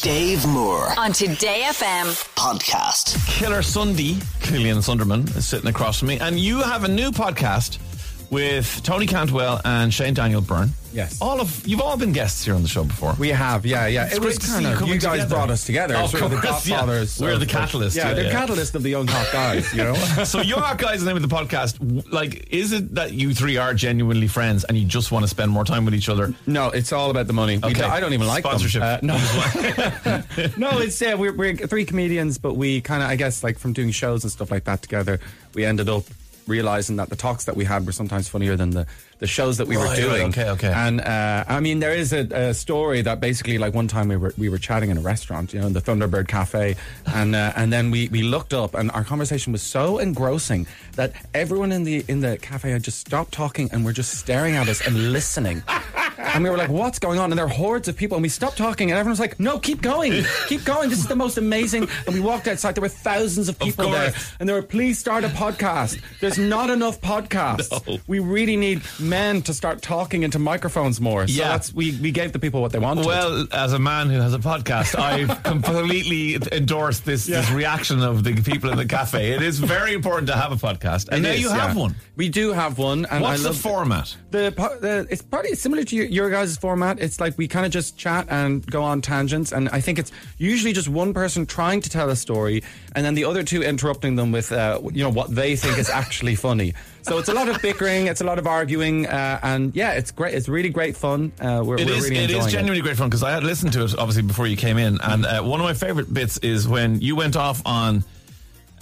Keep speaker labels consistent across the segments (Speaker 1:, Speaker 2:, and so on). Speaker 1: Dave Moore
Speaker 2: on Today FM.
Speaker 1: podcast.
Speaker 3: Killer Sunday, Killian Sunderman, is sitting across from me. And you have a new podcast with Tony Cantwell and Shane Daniel Byrne.
Speaker 4: Yes.
Speaker 3: All of you've all been guests here on the show before.
Speaker 4: We have, yeah, yeah. it
Speaker 3: great
Speaker 4: was
Speaker 3: to see
Speaker 4: kind
Speaker 3: you
Speaker 4: of
Speaker 3: coming
Speaker 4: you guys
Speaker 3: together.
Speaker 4: brought us together. Oh,
Speaker 3: Of
Speaker 4: It's sort the
Speaker 3: course, yeah.
Speaker 4: godfathers.
Speaker 3: We're
Speaker 4: of-
Speaker 3: the catalyst,
Speaker 4: Yeah,
Speaker 3: yeah,
Speaker 4: the
Speaker 3: yeah.
Speaker 4: catalyst of the young hot guys. You know.
Speaker 3: so Young Art Guys is the name of the podcast. W- Like, is it that you three are genuinely friends and you just want to spend more time with each other?
Speaker 4: No, it's all about the money. We
Speaker 3: Okay.
Speaker 4: don't- I don't even like them.
Speaker 3: Sponsorship.
Speaker 4: Uh, no, no, it's yeah. We're, we're three comedians, but we kind of, I guess, like from doing shows and stuff like that together, we ended up realizing that the talks that we had were sometimes funnier than the the shows that we were
Speaker 3: Right, right,
Speaker 4: doing.
Speaker 3: okay, okay.
Speaker 4: And uh, I mean, there is a, a story that basically, like one time we were we were chatting in a restaurant, you know, in the Thunderbird Cafe, and uh, and then we we looked up, and our conversation was so engrossing that everyone in the in the cafe had just stopped talking and were just staring at us and listening. And we were like, what's going on? And there are hordes of people. And we stopped talking. And everyone was like, no, keep going. Keep going. This is the most amazing. And we walked outside. There were thousands of people
Speaker 3: course.
Speaker 4: there. And they were, please start a podcast. There's not enough podcasts.
Speaker 3: No.
Speaker 4: We really need men to start talking into microphones more. So
Speaker 3: Yeah.
Speaker 4: that's, we, we gave the people what they wanted.
Speaker 3: Well, as a man who has a podcast, I've completely endorsed this, this
Speaker 4: Yeah.
Speaker 3: reaction of the people in the cafe. It is very important to have a podcast. And
Speaker 4: It
Speaker 3: now
Speaker 4: is,
Speaker 3: you have
Speaker 4: yeah.
Speaker 3: one.
Speaker 4: We do have one. And
Speaker 3: What's
Speaker 4: I
Speaker 3: the
Speaker 4: love
Speaker 3: format?
Speaker 4: The, po- the it's probably similar to your, your guys' format. It's like we kind of just chat and go on tangents, and I think it's usually just one person trying to tell a story, and then the other two interrupting them with uh, you know what they think is actually funny. So it's a lot of bickering, it's a lot of arguing, uh, and yeah, it's great. It's really great fun. Uh, we're
Speaker 3: It
Speaker 4: we're
Speaker 3: is.
Speaker 4: really
Speaker 3: it
Speaker 4: enjoying
Speaker 3: is genuinely great fun because I had listened to it obviously before you came in, and uh, one of my favorite bits is when you went off on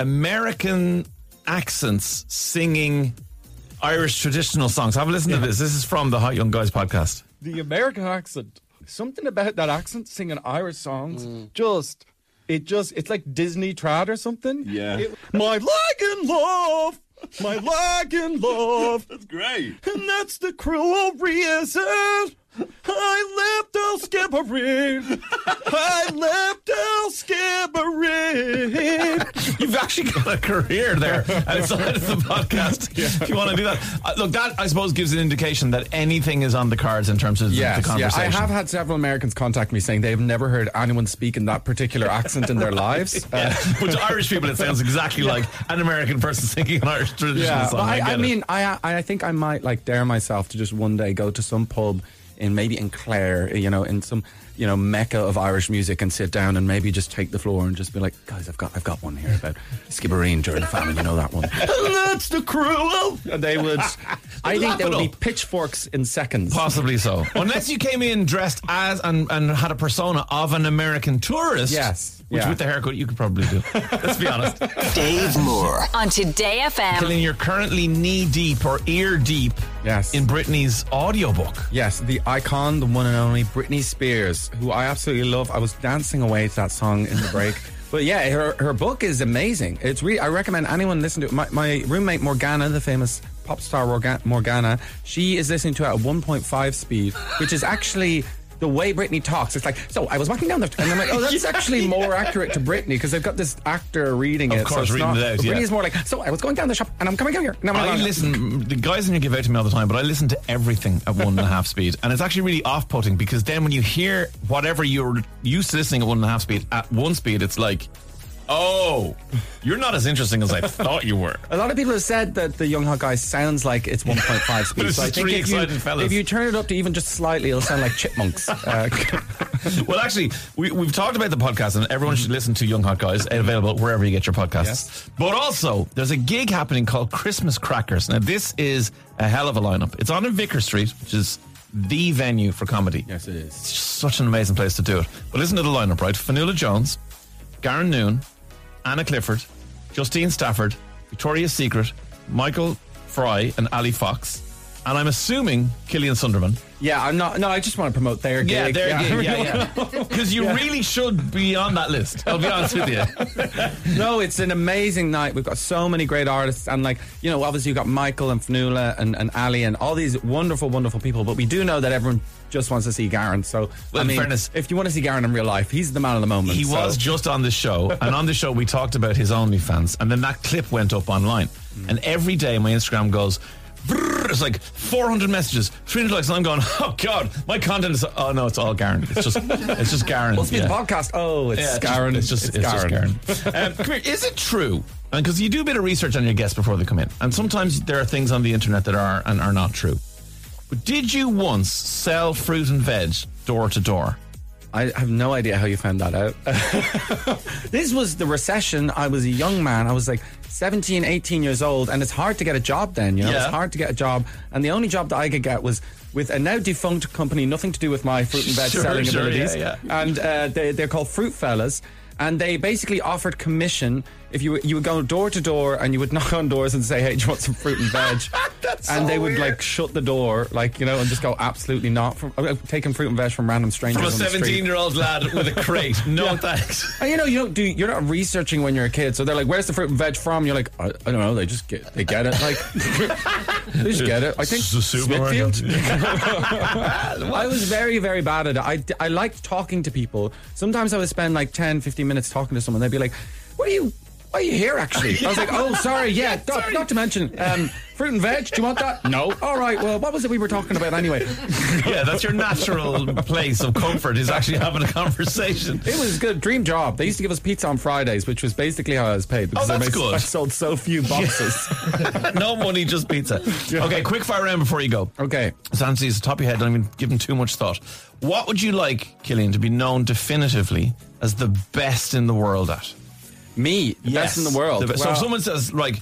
Speaker 3: American accents singing Irish traditional songs. Have a listen to this. This is from the Hot Young Guys podcast.
Speaker 5: the American accent. Something about that accent singing Irish songs.
Speaker 4: Mm.
Speaker 5: Just it just it's like Disney trad or something.
Speaker 6: Yeah.
Speaker 5: It- my lag in love. My lag in love.
Speaker 6: That's great.
Speaker 5: and that's the cruel reason. I left El Skibbereen. I left El Skibbereen.
Speaker 3: You've actually got a career there outside of the podcast. If you want to do that, uh, look, that I suppose gives an indication that anything is on the cards in terms of the-
Speaker 4: Yes,
Speaker 3: the
Speaker 4: yeah.
Speaker 3: conversation.
Speaker 4: I have had uh, several Americans contact me saying they've never heard anyone speak in that particular accent in their lives. Uh,
Speaker 3: Yeah. Which to Irish people, it sounds exactly like an American person singing an Irish traditional
Speaker 4: Yeah,
Speaker 3: song.
Speaker 4: but I,
Speaker 3: get
Speaker 4: I,
Speaker 3: it.
Speaker 4: mean, I I I think I might like dare myself to just one day go to some pub in maybe in Clare, you know, in some you know mecca of Irish music, and sit down and maybe just take the floor and just be like, guys, I've got I've got one here about Skibbereen during the famine, you know that one. and that's the cruel. And they would. I think there
Speaker 3: Laugh it
Speaker 4: would be
Speaker 3: up.
Speaker 4: pitchforks in seconds.
Speaker 3: Possibly so. Unless you came in dressed as and, and had a persona of an American tourist.
Speaker 4: Yes,
Speaker 3: Which
Speaker 4: yeah.
Speaker 3: with the haircut you could probably do. Let's be honest.
Speaker 1: Dave Moore
Speaker 2: On Today FM.
Speaker 3: Killian, you're currently knee deep or ear deep
Speaker 4: Yes.
Speaker 3: in Britney's audiobook.
Speaker 4: Yes, the icon, the one and only Britney Spears, who I absolutely love. I was dancing away to that song in the break. But yeah, her, her book is amazing. It's really I recommend anyone listen to it. My, my roommate Morgana, the famous pop star Morga- Morgana, she is listening to it at 1.5 speed, which is actually the way Britney talks. It's like, so I was walking down the, and I'm like, oh, that's actually more accurate to Britney because they've got this actor reading
Speaker 3: Of
Speaker 4: it. so
Speaker 3: course,
Speaker 4: it's
Speaker 3: reading
Speaker 4: not-
Speaker 3: it out, yeah.
Speaker 4: Britney's more like, so I was going down the shop and I'm coming out here. And I'm
Speaker 3: I
Speaker 4: like, "Oh,
Speaker 3: listen. The guys in here give out to me all the time, but I listen to everything at one and a half speed, and it's actually really off-putting because then when you hear whatever you're used to listening at one and a half speed at one speed, it's like, oh, you're not as interesting as I thought you were.
Speaker 4: A lot of people have said that the Young Hot Guy sounds like it's 1.5 speed.
Speaker 3: It's
Speaker 4: so I
Speaker 3: just
Speaker 4: think
Speaker 3: three
Speaker 4: if you,
Speaker 3: excited fellas.
Speaker 4: if you turn it up to even just slightly, it'll sound like chipmunks. Uh,
Speaker 3: well, actually, we, we've talked about the podcast, and everyone should listen to Young Hot Guys, available wherever you get your podcasts.
Speaker 4: Yes.
Speaker 3: But also, there's a gig happening called Christmas Crackers. Now, this is a hell of a lineup. It's on in Vicker Street, which is the venue for comedy.
Speaker 4: yes, it is.
Speaker 3: It's such an amazing place to do it. But listen to the lineup, right? Fanula Jones, Garen Noon, Anna Clifford, Justine Stafford, Victoria's Secret, Michael Fry, and Ali Fox. And I'm assuming Killian Sunderman.
Speaker 4: Yeah, I'm not. No, I just want to promote their gig.
Speaker 3: Yeah, there you yeah, yeah. Because you really should be on that list. I'll be honest with you.
Speaker 4: No, it's an amazing night. We've got so many great artists, and like you know, obviously you've got Michael and Fanula and, and Ali and all these wonderful, wonderful people. But we do know that everyone just wants to see Garen. So,
Speaker 3: Well,
Speaker 4: I
Speaker 3: in
Speaker 4: mean,
Speaker 3: fairness-
Speaker 4: if you want to see Garen in real life, he's the man of the moment.
Speaker 3: He
Speaker 4: so-
Speaker 3: was just on the show, and on the show we talked Mm. about his OnlyFans, and then that clip went up online. And every day my Instagram goes. "Brrr, it's like 400 messages, 300 likes, and I'm going, oh God, my content is, oh no, it's all Garen. It's just, it's just Garen.
Speaker 4: What's
Speaker 3: Yeah.
Speaker 4: the podcast? Oh, it's
Speaker 3: Yeah,
Speaker 4: Garen.
Speaker 3: It's just, it's just Garen. um, come here. Is it true? And because you do a bit of research on your guests before they come in, and sometimes there are things on the internet that are and are not true. But did you once sell fruit and veg door to door?
Speaker 4: I have no idea how you found that out. this was the recession. I was a young man. I was like 17, 18 years old, and it's hard to get a job then, you know?
Speaker 3: Yeah.
Speaker 4: It's hard to get a job. And the only job that I could get was with a now defunct company, nothing to do with my fruit and veg
Speaker 3: Sure,
Speaker 4: selling
Speaker 3: sure,
Speaker 4: abilities.
Speaker 3: yeah, yeah.
Speaker 4: and uh, they, they're called Fruit Fellas. And they basically offered commission if you you would go door to door and you would knock on doors and say, "Hey, do you want some fruit and veg?"
Speaker 3: That's
Speaker 4: and
Speaker 3: so
Speaker 4: they would
Speaker 3: weird.
Speaker 4: like shut the door, like you know, and just go, "Absolutely not!" From uh, taking fruit and veg from random strangers
Speaker 3: From a
Speaker 4: on the street.
Speaker 3: 17 year old lad with a crate. No thanks.
Speaker 4: And Oh, you know, you don't do. You're not researching when you're a kid, so they're like, "Where's the fruit and veg from?" You're like, "I, I don't know. They just get. They get it. Like, they just get it. I think
Speaker 3: It's a supermarket.
Speaker 4: Smithfield." I was very, very bad at it. I, I liked talking to people. Sometimes I would spend like 10, 15 minutes talking to someone. They'd be like, What are you? Why are you here, actually? I was like, Oh, sorry. Yeah, not, not to mention um, fruit and veg. Do you want that? No. All right. Well, what was it we were talking about anyway?
Speaker 3: yeah, that's your natural place of comfort is actually having a conversation.
Speaker 4: It was a good dream job. They used to give us pizza on Fridays, which was basically how I was paid because I,
Speaker 3: Oh, that's
Speaker 4: made-
Speaker 3: good.
Speaker 4: I sold so few boxes.
Speaker 3: no money, just pizza. Okay, quick fire round before you go.
Speaker 4: Okay.
Speaker 3: Sansi is the top of your head, don't even give them too much thought. What would you like, Killian, to be known definitively as the best in the world at?
Speaker 4: Me, the best in the world.
Speaker 3: The be- so
Speaker 4: Well,
Speaker 3: if someone says, like,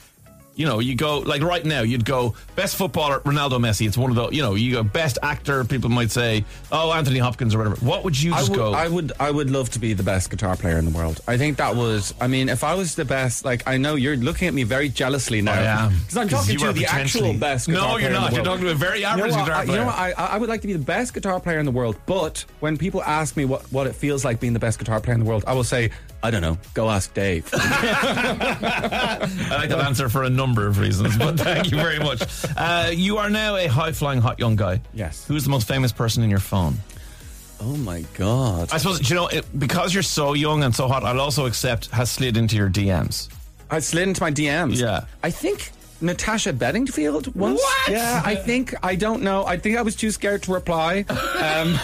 Speaker 3: you know, you go, like right now, you'd go, best footballer, Ronaldo Messi. It's one of the, you know, you go, best actor, people might say, oh, Anthony Hopkins or whatever. What would you
Speaker 4: I
Speaker 3: just
Speaker 4: would,
Speaker 3: go?
Speaker 4: I would I would love to be the best guitar player in the world. I think that was I mean, if I was the best, like I know you're looking at me very jealously now.
Speaker 3: am.
Speaker 4: Because I'm
Speaker 3: Oh, 'Cause
Speaker 4: talking
Speaker 3: you
Speaker 4: to
Speaker 3: are
Speaker 4: the actual
Speaker 3: potentially-
Speaker 4: best
Speaker 3: No,
Speaker 4: guitar
Speaker 3: you're
Speaker 4: player in the
Speaker 3: not. You're
Speaker 4: world.
Speaker 3: talking to a very average
Speaker 4: you know what?
Speaker 3: guitar
Speaker 4: I- You know
Speaker 3: player.
Speaker 4: what? I, I I would like to be the best guitar player in the world, but when people ask me what, what it feels like being the best guitar player in the world, I will say, I don't know, go ask Dave.
Speaker 3: I like that answer for a number of reasons, but thank you very much. Uh, you are now a high flying, hot young guy.
Speaker 4: Yes.
Speaker 3: Who's the most famous person in your phone?
Speaker 4: oh my god.
Speaker 3: I suppose, you know, it, because you're so young and so hot, I'll also accept has slid into your DMs.
Speaker 4: I slid into my DMs.
Speaker 3: Yeah.
Speaker 4: I think Natasha Bedingfield once.
Speaker 3: What?
Speaker 4: Yeah, I think, I don't know. I think I was too scared to reply. Um,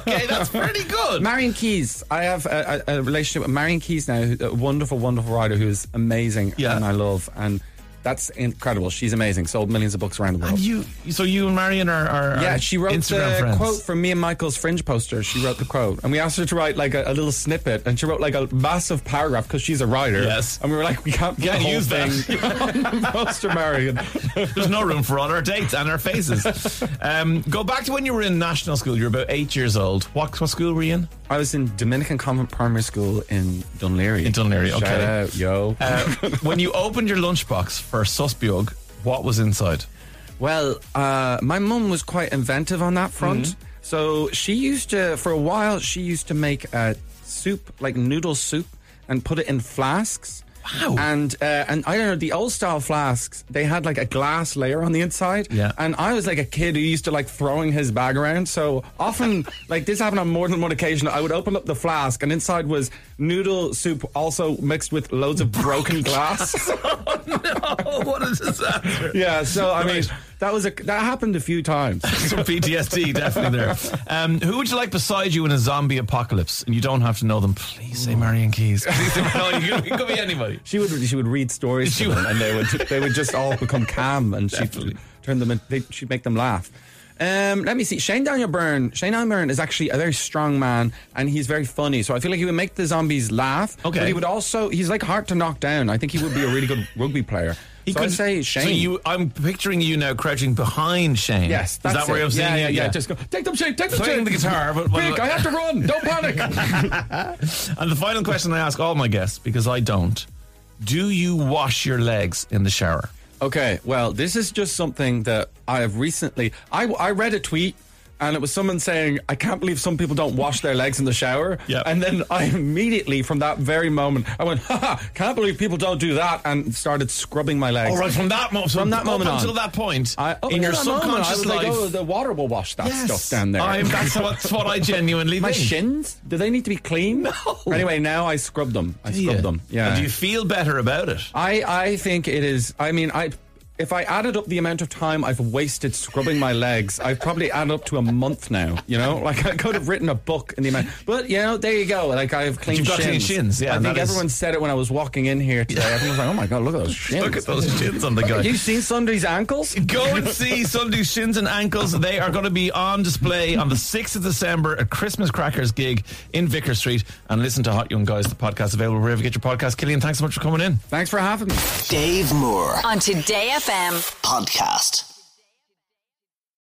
Speaker 3: Okay, that's pretty good.
Speaker 4: Marion Keys. I have a, a, a relationship with Marion Keys now, who- a wonderful, wonderful writer who is amazing
Speaker 3: Yeah.
Speaker 4: and I love. And that's incredible. She's amazing. Sold millions of books around the world.
Speaker 3: And you, so you and Marion are, are
Speaker 4: Yeah,
Speaker 3: are
Speaker 4: she wrote
Speaker 3: Instagram
Speaker 4: the
Speaker 3: friends.
Speaker 4: quote from me and Michael's Fringe poster. She wrote the quote, and we asked her to write like a, a little snippet, and she wrote like a massive paragraph because she's a writer.
Speaker 3: Yes.
Speaker 4: and we were like, we can't,
Speaker 3: Can't
Speaker 4: the whole
Speaker 3: use that.
Speaker 4: thing on the poster, Marion.
Speaker 3: There's no room for all our dates and our faces. um, go back to when you were in national school. You were about eight years old. What, what school were you in?
Speaker 4: I was in Dominican Convent Primary School in Dunleary.
Speaker 3: In Dunleary,
Speaker 4: Shout
Speaker 3: okay.
Speaker 4: out, yo.
Speaker 3: Uh, when you opened your lunchbox for Susbiog, what was inside?
Speaker 4: Well, uh, my mum was quite inventive on that front.
Speaker 3: Mm-hmm.
Speaker 4: So she used to, for a while, she used to make uh, soup, like noodle soup, and put it in flasks.
Speaker 3: Wow.
Speaker 4: And uh, and I don't know the old style flasks. They had like a glass layer on the inside.
Speaker 3: Yeah.
Speaker 4: And I was like a kid who used to like throwing his bag around. So often, like this happened on more than one occasion. I would open up the flask, and inside was noodle soup, also mixed with loads of broken glass.
Speaker 3: Oh, what a disaster.
Speaker 4: yeah. So I mean,
Speaker 3: Right.
Speaker 4: that was a that happened a few times.
Speaker 3: Some PTSD, definitely there. Um, who would you like beside you in a zombie apocalypse? And you don't have to know them. Please say Marion Keys. Please say, no, you could, it could be anybody.
Speaker 4: She would she would read stories
Speaker 3: She
Speaker 4: to
Speaker 3: would-
Speaker 4: them, and they would they would just all become calm, and she'd
Speaker 3: Definitely.
Speaker 4: turn them. In, they, she'd make them laugh. Um, let me see. Shane Daniel Byrne. Shane Daniel Byrne is actually a very strong man, and he's very funny. So I feel like he would make the zombies laugh.
Speaker 3: Okay.
Speaker 4: But he would also he's like hard to knock down. I think he would be a really good rugby player.
Speaker 3: He
Speaker 4: so
Speaker 3: could
Speaker 4: I say Shane.
Speaker 3: So you, I'm picturing you now crouching behind Shane.
Speaker 4: yes,
Speaker 3: is
Speaker 4: that's
Speaker 3: that where
Speaker 4: it.
Speaker 3: I'm seeing
Speaker 4: yeah,
Speaker 3: you?
Speaker 4: Yeah, yeah, Just go. Take them, Shane. Take them,
Speaker 3: Playing
Speaker 4: Shane.
Speaker 3: the guitar, but- but-
Speaker 4: quick! I have to run. Don't panic.
Speaker 3: And the final question I ask all my guests because I don't: Do you wash your legs in the shower?
Speaker 4: Okay, well, this is just something that I have recently. I, I read a tweet, and it was someone saying, "I can't believe some people don't wash their legs in the shower."
Speaker 3: Yeah.
Speaker 4: And then I immediately, from that very moment, I went, "Ha! ha, Can't believe people don't do that," and started scrubbing my legs.
Speaker 3: All right, from that moment,
Speaker 4: From that moment
Speaker 3: up until
Speaker 4: on.
Speaker 3: that point,
Speaker 4: I, up
Speaker 3: in your
Speaker 4: until that moment, I
Speaker 3: subconscious
Speaker 4: was
Speaker 3: life,
Speaker 4: like, "Oh, the water will wash that
Speaker 3: Yes.
Speaker 4: stuff down there."
Speaker 3: I'm, that's, what, that's what I genuinely
Speaker 4: my
Speaker 3: think.
Speaker 4: shins? Do they need to be clean? No. Anyway, now I scrub them. I scrub them. Yeah.
Speaker 3: And do you feel better about it?
Speaker 4: I I think it is. I mean, I If I added up the amount of time I've wasted scrubbing my legs, I've probably added up to a month now. You know, like I could have written a book in the amount. But you know, there you go. Like I have clean
Speaker 3: You've got
Speaker 4: shins.
Speaker 3: clean shins, yeah,
Speaker 4: I
Speaker 3: and
Speaker 4: think
Speaker 3: that is-
Speaker 4: everyone said it when I was walking in here today. Everyone was like, "Oh my god, look at those shins!
Speaker 3: Look at those shins on the guy.
Speaker 4: You've seen Sunday's ankles?
Speaker 3: Go and see Sunday's Shins and Ankles. They are going to be on display on the 6th of December, at Christmas Crackers gig in Vicker Street. And listen to Hot Young Guys, the podcast available wherever you get your podcast. Killian, thanks so much for coming in.
Speaker 4: Thanks for having me.
Speaker 1: Dave Moore
Speaker 2: on Today FM.
Speaker 1: podcast.